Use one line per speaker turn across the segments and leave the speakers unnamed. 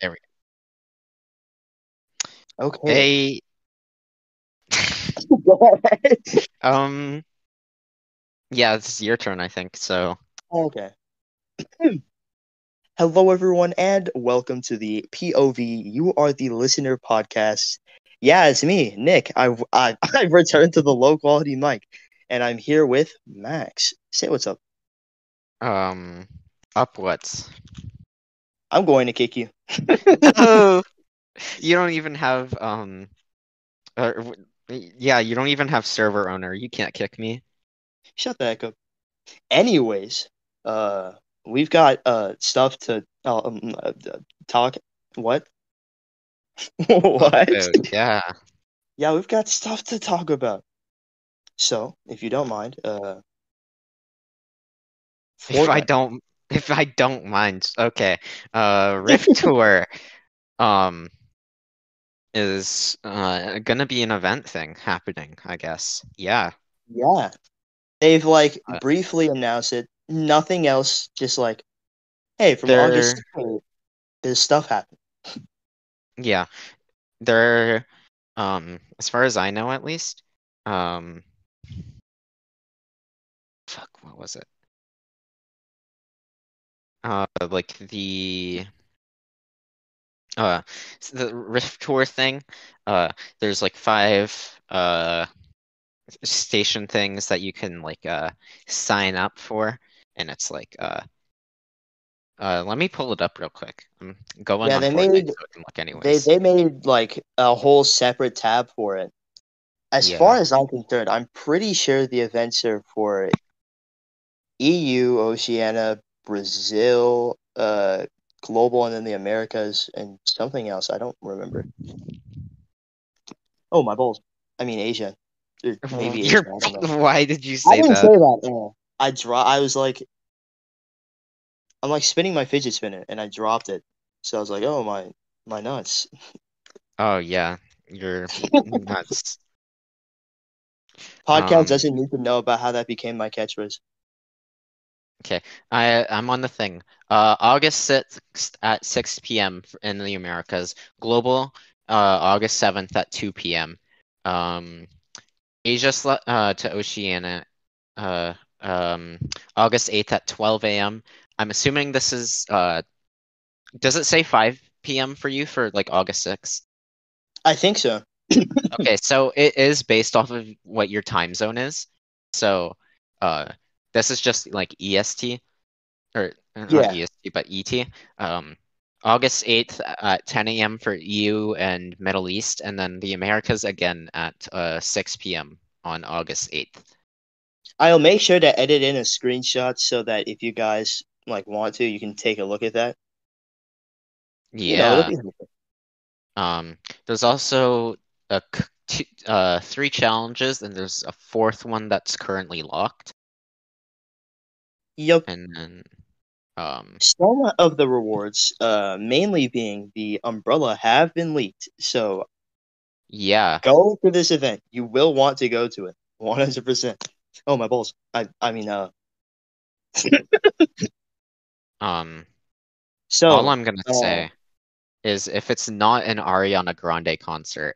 There we They
Okay.
um yeah, it's your turn, I think. So
okay. Hello, everyone, and welcome to the POV. You are the listener podcast. Yeah, it's me, Nick. I I I've returned to the low quality mic, and I'm here with Max. Say what's up.
um up what?
I'm going to kick you.
Oh, you don't even have um uh, w- yeah, you don't even have server owner. You can't kick me.
Shut the heck up. Anyways, uh, we've got uh stuff to um, uh, talk. What? what?
Oh, yeah.
Yeah, we've got stuff to talk about. So, if you don't mind, uh,
If I
Fortnite.
don't if I don't mind. Okay. Uh Rift Tour um is uh gonna be an event thing happening, I guess. Yeah.
yeah, they've like
Uh,
briefly announced it. Nothing else. Just like, hey, from
They're-
August to May, this stuff happened.
Yeah. They're um as far as I know at least, um fuck, what was it? Uh like the uh s- the Rift Tour thing. Uh there's like five uh station things that you can like uh sign up for and it's like uh uh let me pull it up real quick. I'm going
Yeah,
on
they
Fortnite
made-
so I can look
They
anyways.
they made like a whole separate tab for it. As
Yeah.
far as I'm concerned, I'm pretty sure the events are for EU, Oceania, Brazil, uh, global, and then the Americas, and something else. I don't remember. Oh, my balls. I mean, Asia. Or Maybe Asia.
You're-
I don't know.
why did you
I
say
didn't
that?
say that. no. I draw. I was like, I'm like spinning my fidget spinner, and I dropped it. So I was like, oh my, my nuts.
Oh yeah, you're nuts.
Podcast
Um,
doesn't need to know about how that became my catchphrase.
I I'm on the thing. Uh, August 6th at 6 p.m. f- in the Americas. Global, uh, August 7th at 2 p.m. Um, Asia sl uh, to Oceania, uh, um, August 8th at 12 a.m. I'm assuming this is uh, does it say 5 p.m. for you for like August 6th?
I think so.
Okay, so it is based off of what your time zone is. So, uh, this is just like EST or uh, not
Yeah.
EST but ET. Um, August 8th at 10 a.m. for EU and Middle East, and then the Americas again at uh 6 p.m. on August 8th.
I'll make sure to edit in a screenshot so that if you guys like want to, you can take a look at that. You know, it'll
Yeah.
be helpful.
Um, there's also a c- two, uh three challenges, and there's a fourth one that's currently locked,
Yup.
and then um.
Some of the rewards, uh, mainly being the umbrella, have been leaked. So
Yeah,
go to this event. You will want to go to it. 100%. Oh, my balls. I, I mean, uh,
um, All
so
I'm gonna
uh,
say is if it's not an Ariana Grande concert,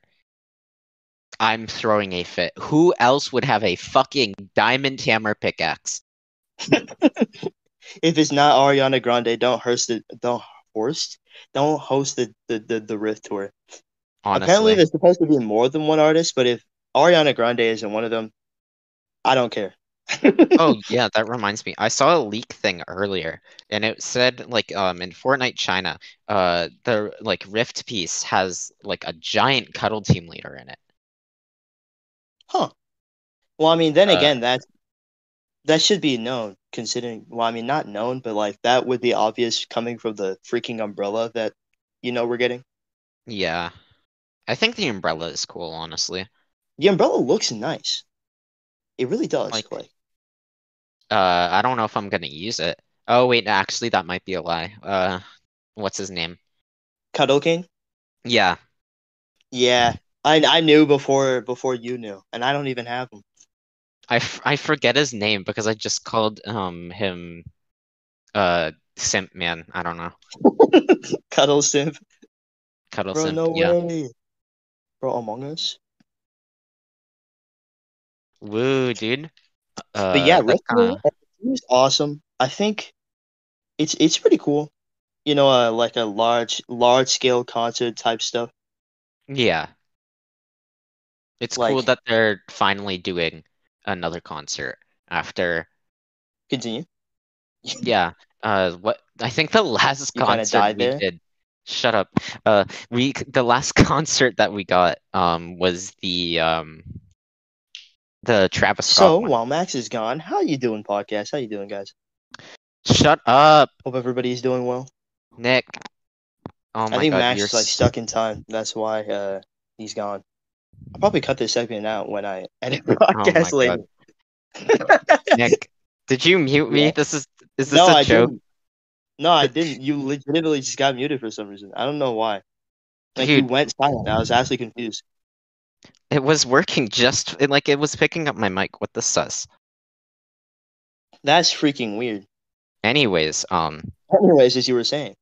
I'm throwing a fit. Who else would have a fucking diamond hammer pickaxe?
if it's not Ariana Grande, don't host the don't host don't host the the, the, the Rift tour. Apparently,
Honestly,
there's supposed to be more than one artist, but if Ariana Grande isn't one of them, I don't care.
oh yeah, that reminds me. I saw a leak thing earlier, and it said like um in Fortnite China, uh the like Rift piece has like a giant cuddle team leader in it.
Huh. Well, I mean, then
Uh,
again, that that should be known, considering. Well, I mean, not known, but like that would be obvious coming from the freaking umbrella that you know we're getting.
yeah, I think the umbrella is cool, honestly.
The umbrella looks nice. It really does.
Like
Like,
Uh, I don't know if I'm gonna use it. Oh wait, no, actually that might be a lie. Uh, what's his name?
Cuddle King.
Yeah,
Yeah, I I knew before before you knew, and I don't even have him.
I, f I forget his name because I just called um him uh Simp Man. I don't know.
Cuddle Simp. Bro,
Cuddleson.
no
yeah.
way. Bro, Among Us.
Woo, dude.
But yeah,
Uh, that's
Resident
kinda-
Evil is awesome. I think it's it's pretty cool. You know, uh, like a large large scale concert type stuff.
yeah. It's cool
Like-
that they're finally doing another concert after,
Continue.
yeah, uh, what I think the last
You kinda
concert
died
we
there?
did. Shut up. Uh, we the last concert that we got um was the um the Travis Scott
So
one.
while Max is gone, how you doing, podcast? How you doing, guys?
Shut up,
Hope everybody's doing well.
Nick. Oh
I
my
think
God,
Max
you're
is like
s-
stuck in time. That's why uh he's gone. I'll probably cut this segment out when I edit the
Oh my
podcast later.
Nick, did you mute me?
Yeah.
This is is this
No,
a
I
joke?
didn't. No, I didn't. You legitimately just got muted for some reason. I don't know why. Like you
Dude.
went silent. I was actually confused.
It was working just it, like it was picking up my mic. What the sus?
That's freaking weird.
Anyways, um,
Anyways, as you were saying,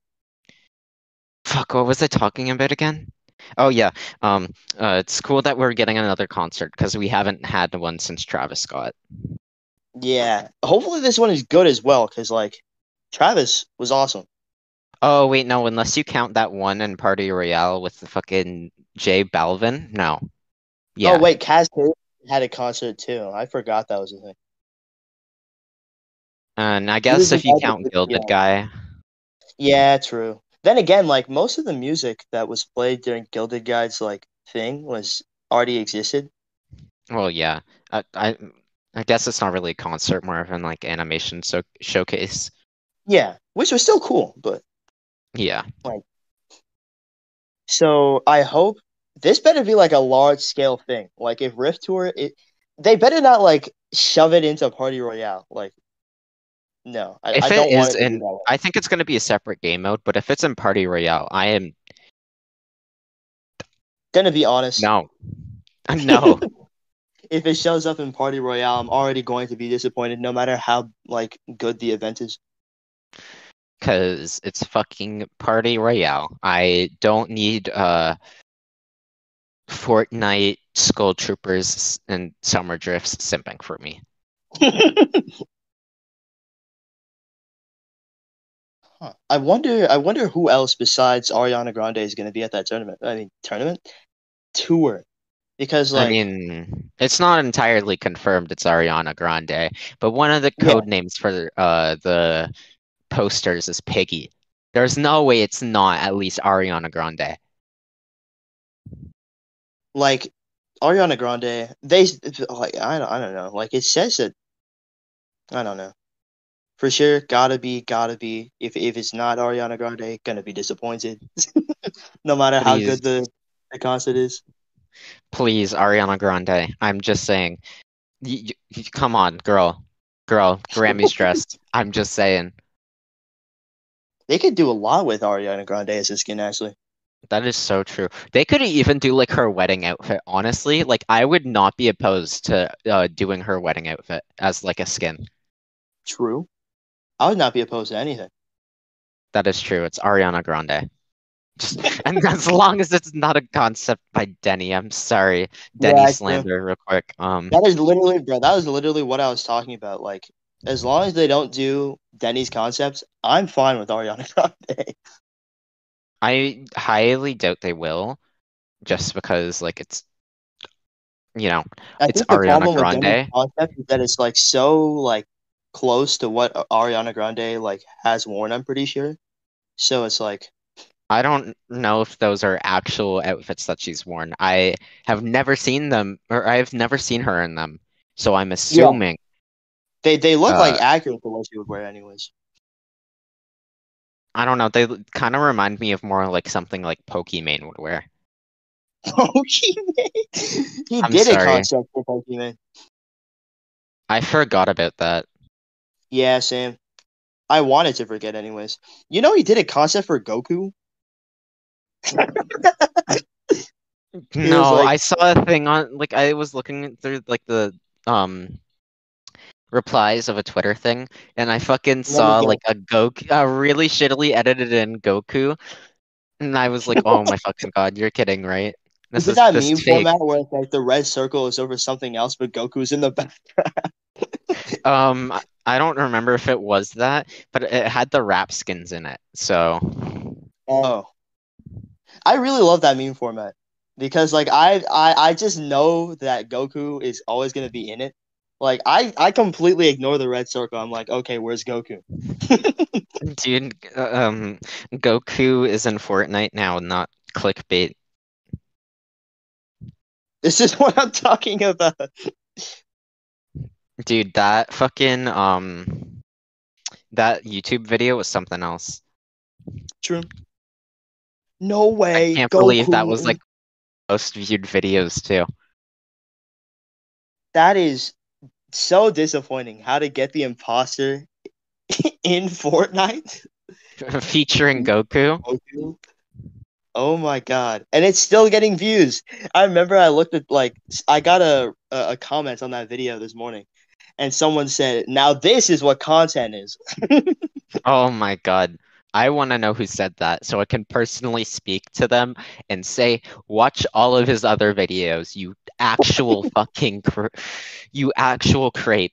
fuck, what was I talking about again? Oh yeah, um, uh, it's cool that we're getting another concert because we haven't had one since Travis Scott.
yeah. Hopefully, this one is good as well because like Travis was awesome.
Oh wait, no, unless you count that one in Party Royale with the fucking J Balvin. No, yeah,
Oh wait, Kaz had a concert too. I forgot that was a thing.
and I guess if you
invited
count
to-
Gilded Guy,
Yeah, true. Then again, like most of the music that was played during Gilded Guide's like thing was already existed.
well, yeah, I, I, I guess it's not really a concert, more of an like animation so showcase.
Yeah, which was still cool, but.
Yeah.
So I hope this better be like a large scale thing. Like if Rift Tour, it they better not like shove it into Party Royale. Like, no, I,
If
I
it
don't want
is
it to be
in-
that way.
I think it's going to be a separate game mode, but if it's in Party Royale, I am
Gonna be honest,
no. No.
if it shows up in Party Royale, I'm already going to be disappointed, no matter how like good the event is.
because it's fucking Party Royale. I don't need uh Fortnite Skull Troopers s- and Summer Drifts simping for me.
Huh. I wonder. I wonder who else besides Ariana Grande is going to be at that tournament. I mean, tournament tour, because like
I mean, it's not entirely confirmed it's Ariana Grande, but one of the
Yeah.
code names for uh the posters is Piggy. There's no way it's not at least Ariana Grande.
like Ariana Grande, they like I don't, I don't know. Like it says that I don't know. For sure, gotta be, gotta be. If if it's not Ariana Grande, gonna be disappointed. no matter how
Please.
good the, the concert is.
Please, Ariana Grande. I'm just saying. Y y y- come on, girl. Girl, Grammy's dressed. I'm just saying.
They could do a lot with Ariana Grande as a skin actually.
That is so true. They could even do like her wedding outfit, honestly. Like I would not be opposed to uh doing her wedding outfit as like a skin.
True. I would not be opposed to anything.
That is true. It's Ariana Grande. Just, and as long as it's not a concept by Denny, I'm sorry. Denny
Yeah, I-
slander real quick. Um
That is literally, bro. That was literally what I was talking about. Like, as long as they don't do Denny's concepts, I'm fine with Ariana Grande.
I highly doubt they will, just because like it's you know,
I
It's
think the
Ariana
problem with
Grande.
Denny's concept is that it's like so like close to what Ariana Grande like has worn. I'm pretty sure. So it's like
I don't know if those are actual outfits that she's worn. I have never seen them, or I've never seen her in them. So I'm assuming,
they they look like
Uh,
accurate to what she would wear, anyways.
I don't know, they kind of remind me of more like something like Pokimane would wear.
Pokemon. he
I'm
did
sorry.
a concept for Pokemon.
I forgot about that.
Yeah, Sam. I wanted to forget, anyways. You know, he did a concept for Goku. was
No,
like-
I saw a thing on like I was looking through like the um replies of a Twitter thing, and I fucking saw
guess.
like a Goku, a really shittily edited in Goku, And I was like, oh my fucking god, you're kidding, right? This
is it
is
that
this
meme
fake.
format where it's like the red circle is over something else, but Goku's in the background?
Um, I- I don't remember if it was that, but it had the rap skins in it. So,
Oh, I really love that meme format because like I I, I just know that Goku is always gonna be in it. Like I I completely ignore the red circle. I'm like, okay, where's Goku?
dude, uh, um, Goku is in Fortnite now, not clickbait.
This is what I'm talking about.
Dude, that fucking um that YouTube video was something else.
True. No way.
Can't
Goku
believe that was
is-
like most viewed videos too.
that is so disappointing. How to get the imposter in Fortnite?
Featuring Goku.
Goku. Oh my god! And it's still getting views. I remember I looked at like I got a a a comment on that video this morning, and someone said, "Now this is what content is."
Oh my God. I want to know who said that so I can personally speak to them and say, watch all of his other videos, you actual fucking cr you actual creep.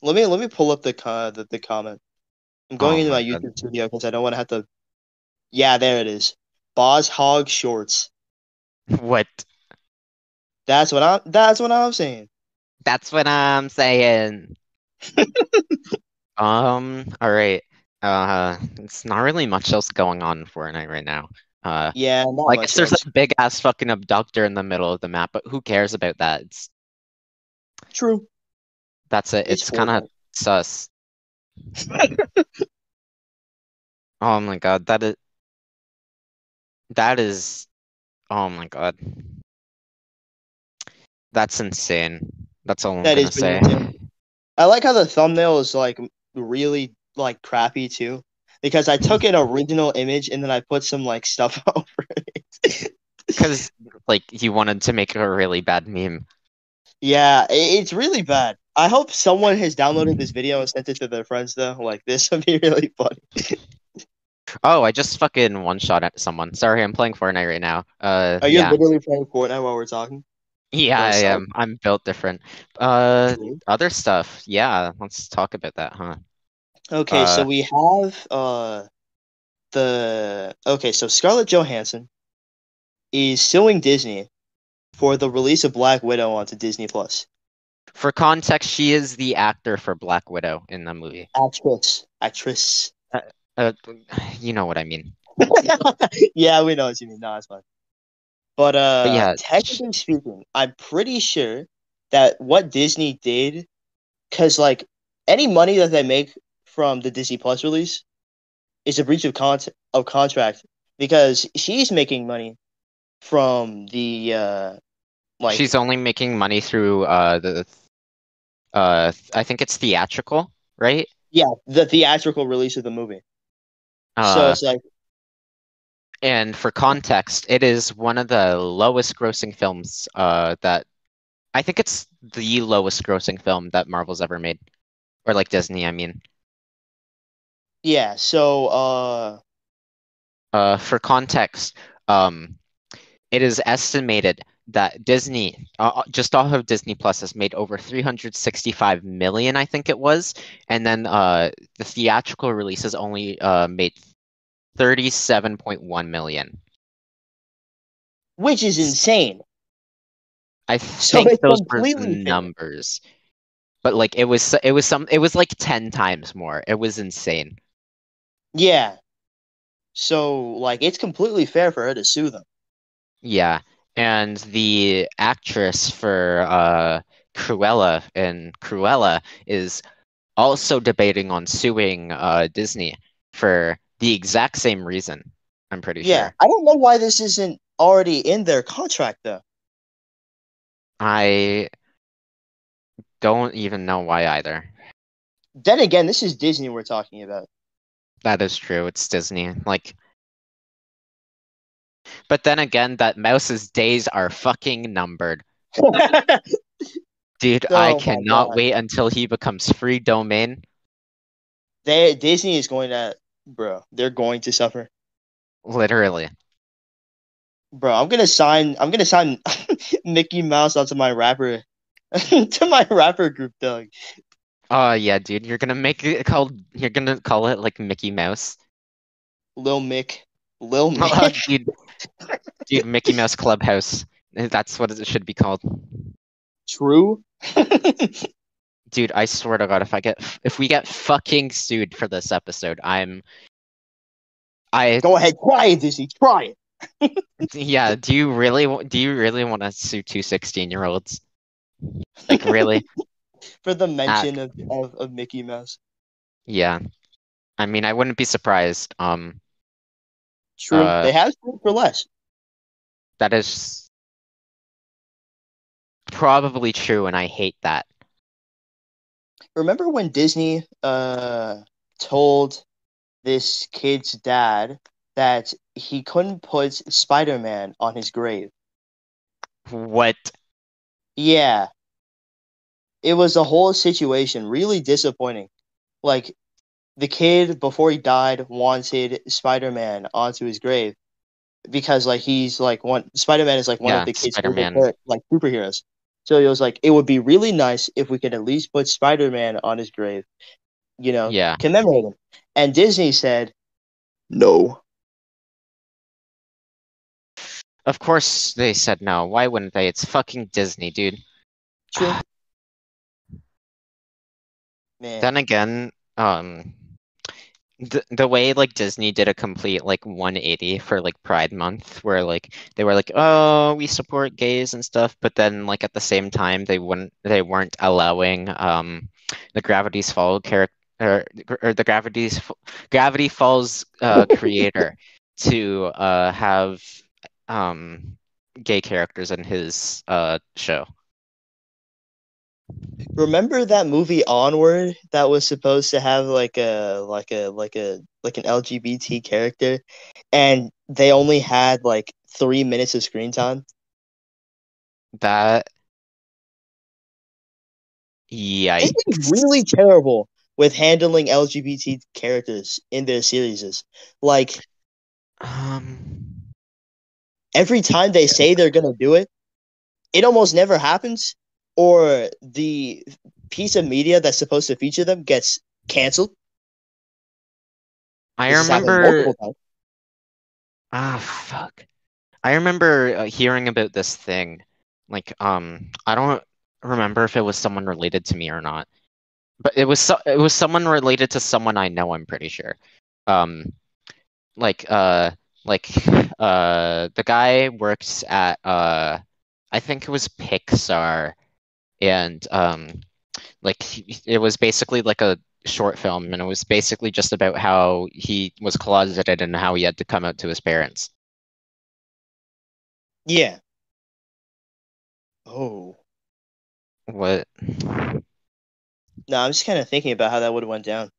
Let me let me pull up the co- the, the comment. I'm going
Oh
into
my
my
God.
YouTube studio because I don't want to have to. Yeah, there it is. Boz Hog Shorts.
What?
That's what I'm. That's what I'm saying.
That's what I'm saying. Um, all right. Uh, it's not really much else going on in Fortnite right now. Uh,
Yeah, not
I
much
guess there's
else.
a big ass fucking abductor in the middle of the map, but who cares about that? It's,
True.
that's it.
It's
It's kind of sus. Oh my God, that is that is oh my God. That's insane. That's all I'm
That is
gonna
pretty
say.
I like how the thumbnail is like really like crappy too, because I took an original image and then I put some like stuff over it.
Because like you wanted to make a really bad meme.
Yeah, i- it's really bad. I hope someone has downloaded this video and sent it to their friends though. Like this would be really funny.
Oh, I just fucking one shot at someone. Sorry, I'm playing Fortnite right now. Uh,
Are you
yeah,
literally playing Fortnite while we're talking?
yeah, I
sorry.
am. I'm built different. Uh,
Cool.
other stuff. Yeah, let's talk about that, huh?
Okay, so
uh,
we have uh the okay, so Scarlett Johansson is suing Disney for the release of Black Widow onto Disney Plus.
For context, she is the actor for Black Widow in the movie.
Actress, actress.
Uh, you know what I mean.
yeah, we know what you mean. No, it's fine. But uh,
yeah.
technically speaking, I'm pretty sure that what Disney did, because like any money that they make from the Disney Plus release is a breach of con- of contract because she's making money from the uh, like
She's only making money through uh the uh I think it's theatrical, right?
yeah the theatrical release of the movie. so
Uh,
it's like
and for context, it is one of the lowest grossing films uh that I think it's the lowest grossing film that Marvel's ever made. Or like Disney, I mean.
yeah, so uh,
Uh, for context, um, it is estimated that Disney, uh, uh, just off of Disney Plus, has made over 365 million, I think it was, and then uh, the theatrical release has only uh, made 37.1 million.
which is insane.
I
So
think
it's
those were the
completely fair.
numbers, but like it was, it was some, it was like 10 times more. It was insane.
Yeah. So like it's completely fair for her to sue them.
Yeah, and the actress for uh Cruella in Cruella is also debating on suing uh Disney for the exact same reason, I'm pretty
Yeah,
sure.
I don't know why this isn't already in their contract though.
I don't even know why either.
Then again, this is Disney we're talking about.
That is true, it's Disney. Like but then again, that mouse's days are fucking numbered. Dude, I
Oh my
cannot
God.
wait until he becomes free domain.
They Disney is going to, bro, they're going to suffer.
Literally.
Bro, I'm gonna sign. I'm gonna sign Mickey Mouse onto my rapper, to my rapper group, dog.
Oh yeah, dude, you're gonna make it called. You're gonna call it like Mickey Mouse.
Lil Mick, Lil
Oh,
Mick.
dude, dude, Mickey Mouse Clubhouse. That's what it should be called.
True.
Dude, I swear to God, if I get if we get fucking sued for this episode, I'm I
Go ahead, try it, Disney. Try it.
yeah, do you really wa- do you really want to sue two 16-year-olds? Like really?
For the mention of, of, of Mickey Mouse.
Yeah. I mean, I wouldn't be surprised. Um,
True.
Uh,
they have sued for less.
that is probably true, and I hate that.
Remember when Disney uh told this kid's dad that he couldn't put Spider Man on his grave?
What?
Yeah. It was a whole situation, really disappointing. Like the kid before he died wanted Spider Man onto his grave because like he's like one Spider Man is like one
Yeah,
of the kids'
Spider-Man.
favorite, like superheroes. So it was like it would be really nice if we could at least put Spider Man on his grave, you know,
Yeah.
commemorate him. And Disney said no.
Of course they said no. Why wouldn't they? It's fucking Disney, dude.
True. Man.
Then again, um, the the way like Disney did a complete like 180 for like Pride Month, where like they were like, "Oh, we support gays and stuff," but then like at the same time they wouldn't they weren't allowing um the Gravity's Fall character or, or the Gravity's F- Gravity Falls uh creator to uh have um gay characters in his uh show.
Remember that movie Onward that was supposed to have like a like a like a like an LGBT character and they only had like 3 minutes of screen time?
That
It's
yikes.
really terrible with handling LGBT characters in their series. Like
Um,
every time they say they're going to do it, it almost never happens or the piece of media that's supposed to feature them gets canceled.
I
This has happened
remember.
multiple times.
Ah, fuck. I remember uh, hearing about this thing. Like, um, I don't remember if it was someone related to me or not, but it was so- it was someone related to someone I know, I'm pretty sure. Um, like, uh, like, uh, the guy works at, uh, I think it was Pixar, and um, like he- it was basically like a short film and it was basically just about how he was closeted and how he had to come out to his parents
Yeah. Oh.
what
No, I'm just kind of thinking about how that would have went down.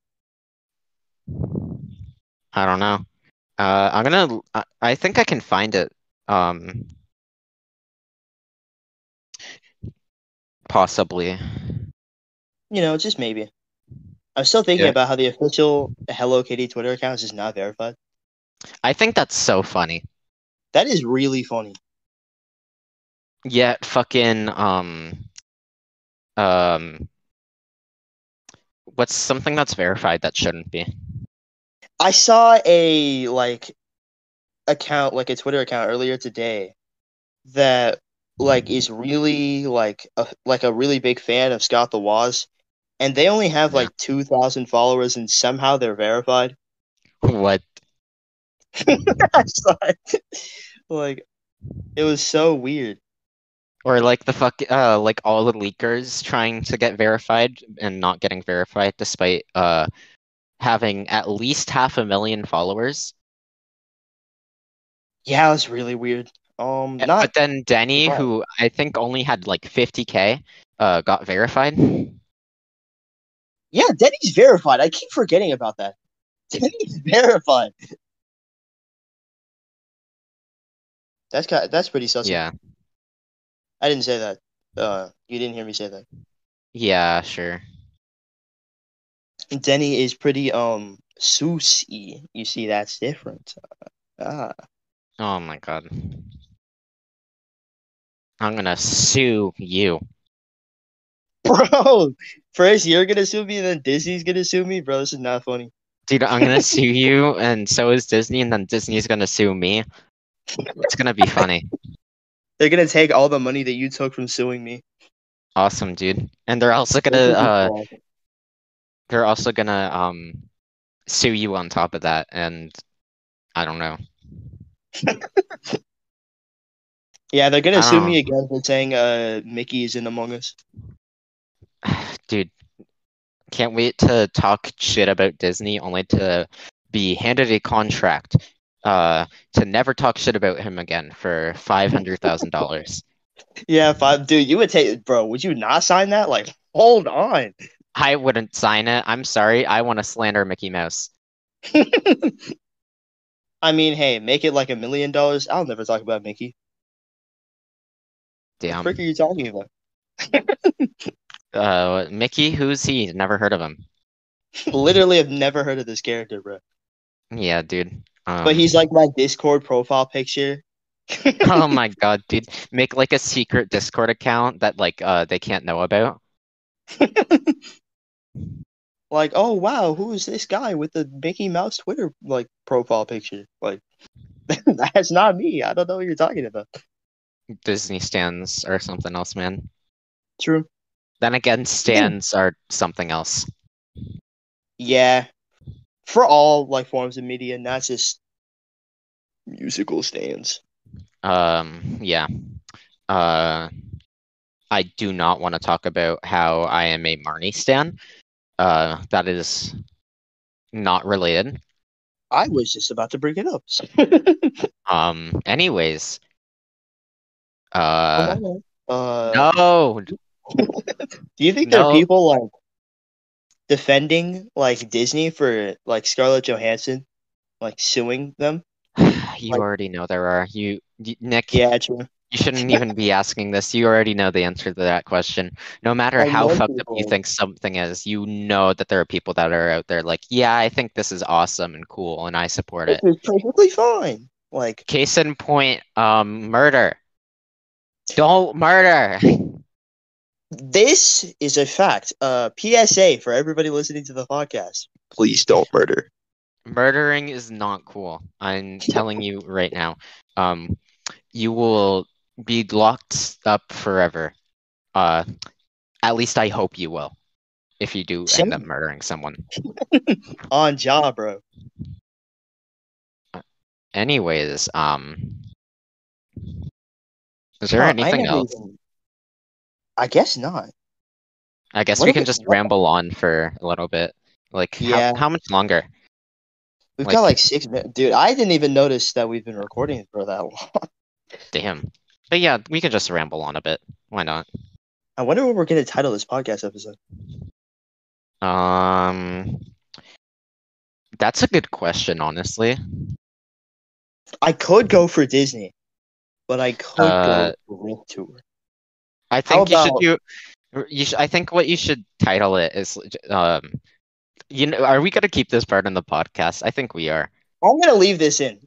i don't know uh i'm gonna i, I think i can find it um possibly
You know, just maybe. I'm still thinking
Yeah.
about how the official Hello Kitty Twitter account is just not verified.
i think that's so funny
That is really funny.
yet fucking um um what's something that's verified that shouldn't be
I saw a like account, like a Twitter account earlier today that like is really like a, like a really big fan of Scott the Waz, and they only have
Yeah.
like two thousand followers, and somehow they're verified.
what
I saw it. Like it was so weird.
Or like the fuck, uh, like all the leakers trying to get verified and not getting verified despite uh having at least half a million followers.
Yeah, it was really weird. Um,
And- Eh,
not
But then Denny,
Right.
who I think only had like 50k, uh, got verified.
yeah, Denny's verified. I keep forgetting about that. Denny's verified. That's ki that's pretty sus.
Yeah,
I didn't say that. Uh, you didn't hear me say that.
yeah, sure.
Denny is pretty um susy. You see, that's different. Ah,
Oh my God. I'm gonna sue you.
bro. First, you're gonna sue me, and then Disney's gonna sue me, bro. This is not funny.
Dude, I'm gonna sue you, and so is Disney, and then Disney's gonna sue me. It's gonna be funny.
They're gonna take all the money that you took from suing me.
Awesome, dude. And they're also gonna
This is
uh
awful.
they're also gonna um sue you on top of that, and I don't know.
yeah, they're gonna
I
sue
don't
me again for saying uh Mickey is in Among Us.
Dude, can't wait to talk shit about Disney only to be handed a contract uh to never talk shit about him again for five hundred thousand dollars.
Yeah, if I, dude, you would take, bro. Would you not sign that? Like, hold on.
I wouldn't sign it. I'm sorry. I want to slander Mickey Mouse.
I mean, hey, make it like a million dollars. I'll never talk about Mickey.
Damn.
What the frick are you talking about?
Uh, Mickey, who's he? Never heard of him.
Literally, have never heard of this character, bro.
Yeah, dude. Um,
But he's like my Discord profile picture.
oh my god, dude. Make like a secret Discord account that like uh they can't know about.
Like, oh wow, who is this guy with the Mickey Mouse Twitter like profile picture? Like, that's not me. I don't know what you're talking about.
Disney stands or something else, man.
True.
Then again, stands are something else.
Yeah. For all like forms of media, not just musical stands.
Um, yeah. Uh, I do not want to talk about how I am a Marnie stan. Uh, that is not related.
I was just about to bring it up. so-
Um, anyways, uh,
Uh,
no,
Do you think there are
No.
people like defending like Disney for like Scarlett Johansson, like suing them?
you
Like-
already know there are. You, y- Nick,
Yeah, true.
you shouldn't even be asking this. You already know the answer to that question. No matter
I
how
know
fucked up you
people.
think something is, you know that there are people that are out there like, yeah, I think this is awesome and cool, and I support
Which
it.
is perfectly fine. Like,
Case in point, um, murder. Don't murder.
this is a fact. Uh, PSA for everybody listening to the podcast. Please don't murder.
Murdering is not cool. I'm telling you right now. Um, you will be locked up forever. Uh, at least I hope you will. If you do end up
Same.
murdering someone.
On job, bro.
Anyways, um, is there
Huh, I
anything
never
else?
even- I guess not.
I guess
What
we
if
can
it-
just ramble on for a little bit. Like, how,
Yeah.
how much longer?
We've
Like-
got like six minutes, dude. I didn't even notice that we've been recording for that long.
Damn. But yeah, we can just ramble on a bit. Why not?
I wonder what we're gonna title this podcast episode.
Um, that's a good question, honestly.
I could go for Disney, but I could
Uh,
go for Rift Tour.
I
How
think you should do. You sh I think what you should title it is. Um, you know, are we gonna keep this part in the podcast? I think we are.
I'm gonna leave this in.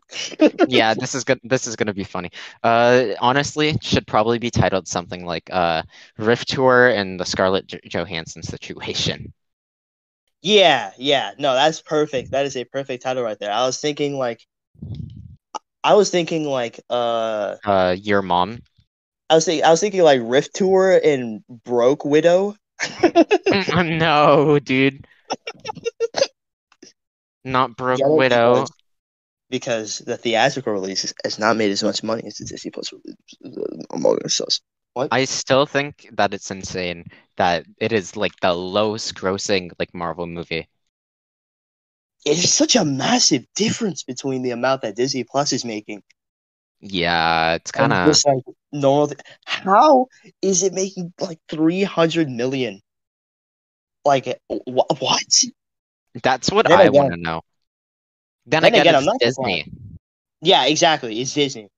Yeah, this is gonna this is gonna be funny. Uh, honestly, it should probably be titled something like uh, Rift Tour and the Scarlett Jo- Johansson situation.
Yeah, yeah. No, that's perfect. That is a perfect title right there. I was thinking like I was thinking like uh
Uh, your mom.
I was thinking I was thinking like Rift Tour and Broke Widow.
no, dude. Not Broke
Yeah,
Widow.
because- Because the theatrical release is- has not made as much money as the Disney Plus release, uh, Among Us. does.
I still think that it's insane that it is like the lowest grossing like Marvel movie.
It is such a massive difference between the amount that Disney Plus is making
Yeah, it's
and
kind of
just like normal. th- How is it making like 300 million? Like wh- what?
that's what
Then
I
again-
want to know. Then,
Then
again,
again,
it's
I'm not
Disney.
Yeah, exactly. It's Disney.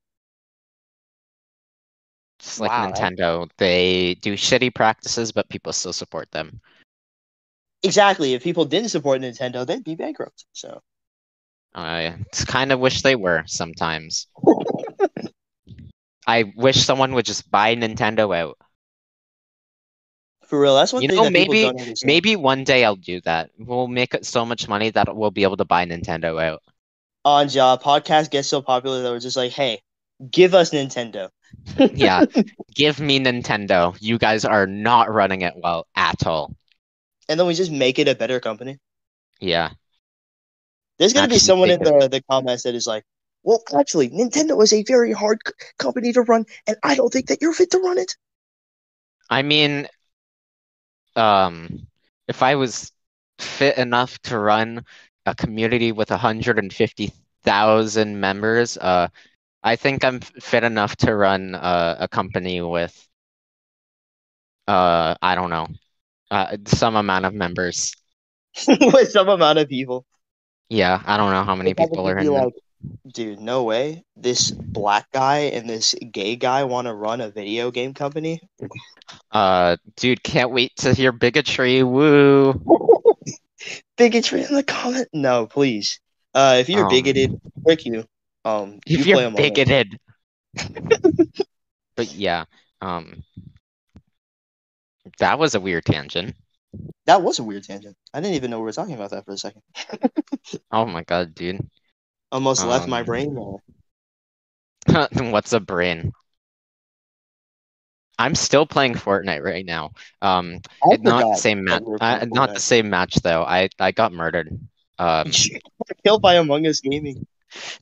It's like
Wow, that's-
Nintendo. They do shitty practices, but people still support them.
Exactly. If people didn't support Nintendo, they'd be bankrupt. So
I kind of wish they were sometimes. I wish someone would just buy Nintendo out.
For real, that's one
You
thing
know,
that people
maybe-
don't understand.
Maybe one day I'll do that. We'll make it so much money that we'll be able to buy Nintendo out.
on job uh, podcast gets so popular that we're just like, hey, give us Nintendo.
Yeah. Give me Nintendo. You guys are not running it well at all.
And then we just make it a better company.
Yeah.
There's gonna be
Actually
someone in
make
the, the comments that is like, well, actually, Nintendo is a very hard c- company to run, and I don't think that you're fit to run it.
I mean, um, if I was fit enough to run a community with 150,000 members, uh, I think I'm f- fit enough to run uh, a company with, uh, I don't know, uh, some amount of members.
With some amount of people.
Yeah, I don't know how many
They'd probably
people are in
be
them.
like, Dude, no way. This black guy and this gay guy want to run a video game company.
Uh, dude, can't wait to hear bigotry. Woo.
Bigotry in the comment. No, please. Uh, if you're
Um,
bigoted, frick you. Um,
If
you
you
play
are
Among Us.
bigoted. but yeah, um, that was a weird tangent.
That was a weird tangent. I didn't even know we were talking about that for a second.
Oh my god, dude.
Almost left my
Um,
brain. there.
What's a brain? I'm still playing Fortnite right now. Um,
I
it- not the
forgot
same match.
that we were
Uh,
playing
not the
Fortnite.
same match though. I I got murdered. Um,
killed by Among Us Gaming.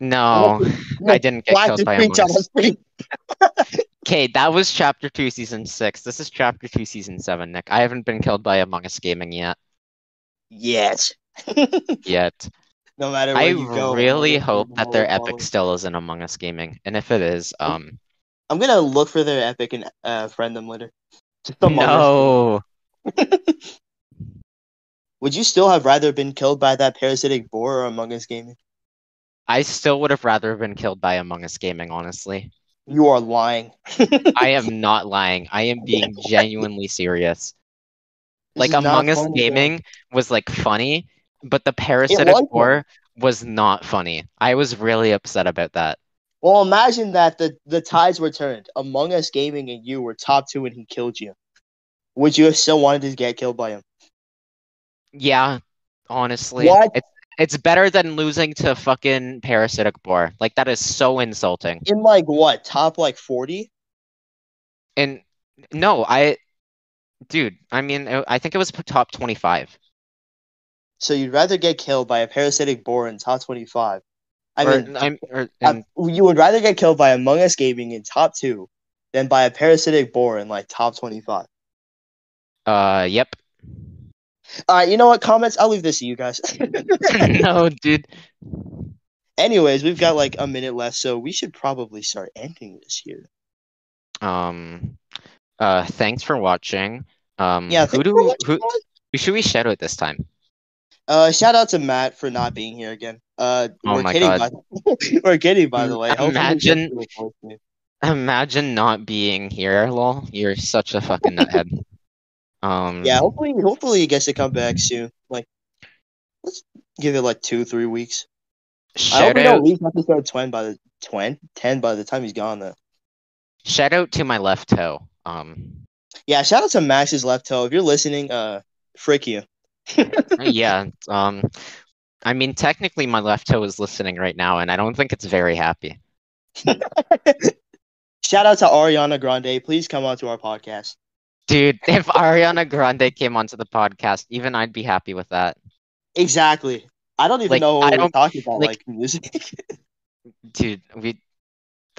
no, I didn't get killed by Among Us.
Us.
Okay, that was chapter two, season six. This is chapter two, season seven. Nick, I haven't been killed by Among Us gaming yet.
Yes.
Yet.
No matter where
I
you go.
really
Among Us
hope
Gaming
that their
always
epic
follows.
still isn't Among Us Gaming, and if it is, um,
I'm gonna look for their epic and uh, friend them later. Just Among Us.
no,
Would you still have rather been killed by that parasitic boar or Among Us Gaming?
I still would have rather been killed by Among Us Gaming. Honestly,
You are lying.
I am not lying. I am being genuinely serious.
This
Like
is not
Among Us
funny, bro.
Gaming was like funny, but the parasitic
wasn't.
war was not funny. I was really upset about that.
Well, imagine that the, the tides were turned. Among Us Gaming and you were top two, and he killed you. Would you have still wanted to get killed by him?
Yeah, honestly,
What?
it's it's better than losing to fucking parasitic boar. Like that is so insulting.
In like what top like forty?
And no, I, dude, I mean, uh, I I think it was p- top 25.
So you'd rather get killed by a parasitic boar in top twenty five? I
Or-
mean, uh,
I'm, or,
I-
and
you would rather get killed by Among Us Gaming in top two than by a parasitic boar in like top twenty five.
uh, yep.
All right, you know what? Comments. I'll leave this to you guys.
No, dude.
Anyways, we've got like a minute left, so we should probably start ending this here.
Um, uh, thanks for watching. Um,
Yeah.
who
thank you for
do
watching,
who
guys.
who should we shout out this time?
Uh, shout out to Matt for not being here again. Uh,
Oh
we're
my
kidding,
God.
by we're kidding, by the way. Hopefully we get
Imagine-
to a voicemail.
Imagine not being here, lol. You're such a fucking nuthead. Um,
Yeah, hopefully, hopefully he gets to come back soon. Like, let's give it like two, three weeks. I hope
shout
we
out,
don't leave episode twenty by the twen ten by the time he's gone though.
shout out to my left toe. Um,
Yeah, shout out to Max's left toe. If you're listening, uh, frick you.
yeah. Um, I mean, technically, my left toe is listening right now, and I don't think it's very happy.
Shout out to Ariana Grande. Please come on to our podcast.
Dude, if Ariana Grande came onto the podcast, even I'd be happy with that.
Exactly. I don't even
Like,
know
I
what we're
don't-
talking about,
like-
like music.
Dude, we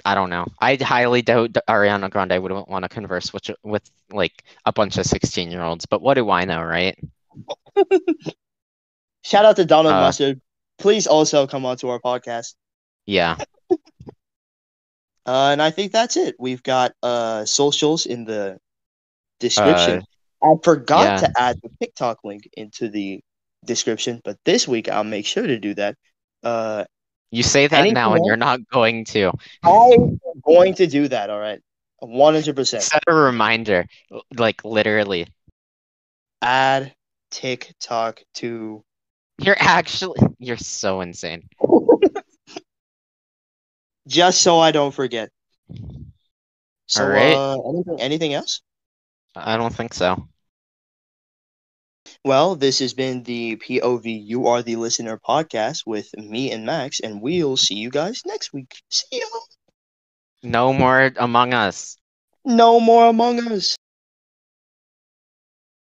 I don't know. I highly doubt that Ariana Grande would want to converse with with like a bunch of 16-year-olds, but what do I know, right?
shout out to Donald
Uh,
Mustard. Please also come on to our podcast.
Yeah.
Uh, and I think that's it. We've got uh socials in the description.
Uh,
I forgot to add the TikTok link into the description, but this week I'll make sure to do that. Uh,
You say that
Anything
now and you're not going to.
I'm going to do that. All right, one hundred percent.
Set a reminder, like literally.
Add TikTok to.
You're actually you're so insane.
Just so I don't forget. So,
All right.
uh, anything, anything else?
I don't think so.
Well, this has been the POV You Are the Listener podcast with me and Max, and we'll see you guys next week. See ya!
No more Among Us.
No more Among Us!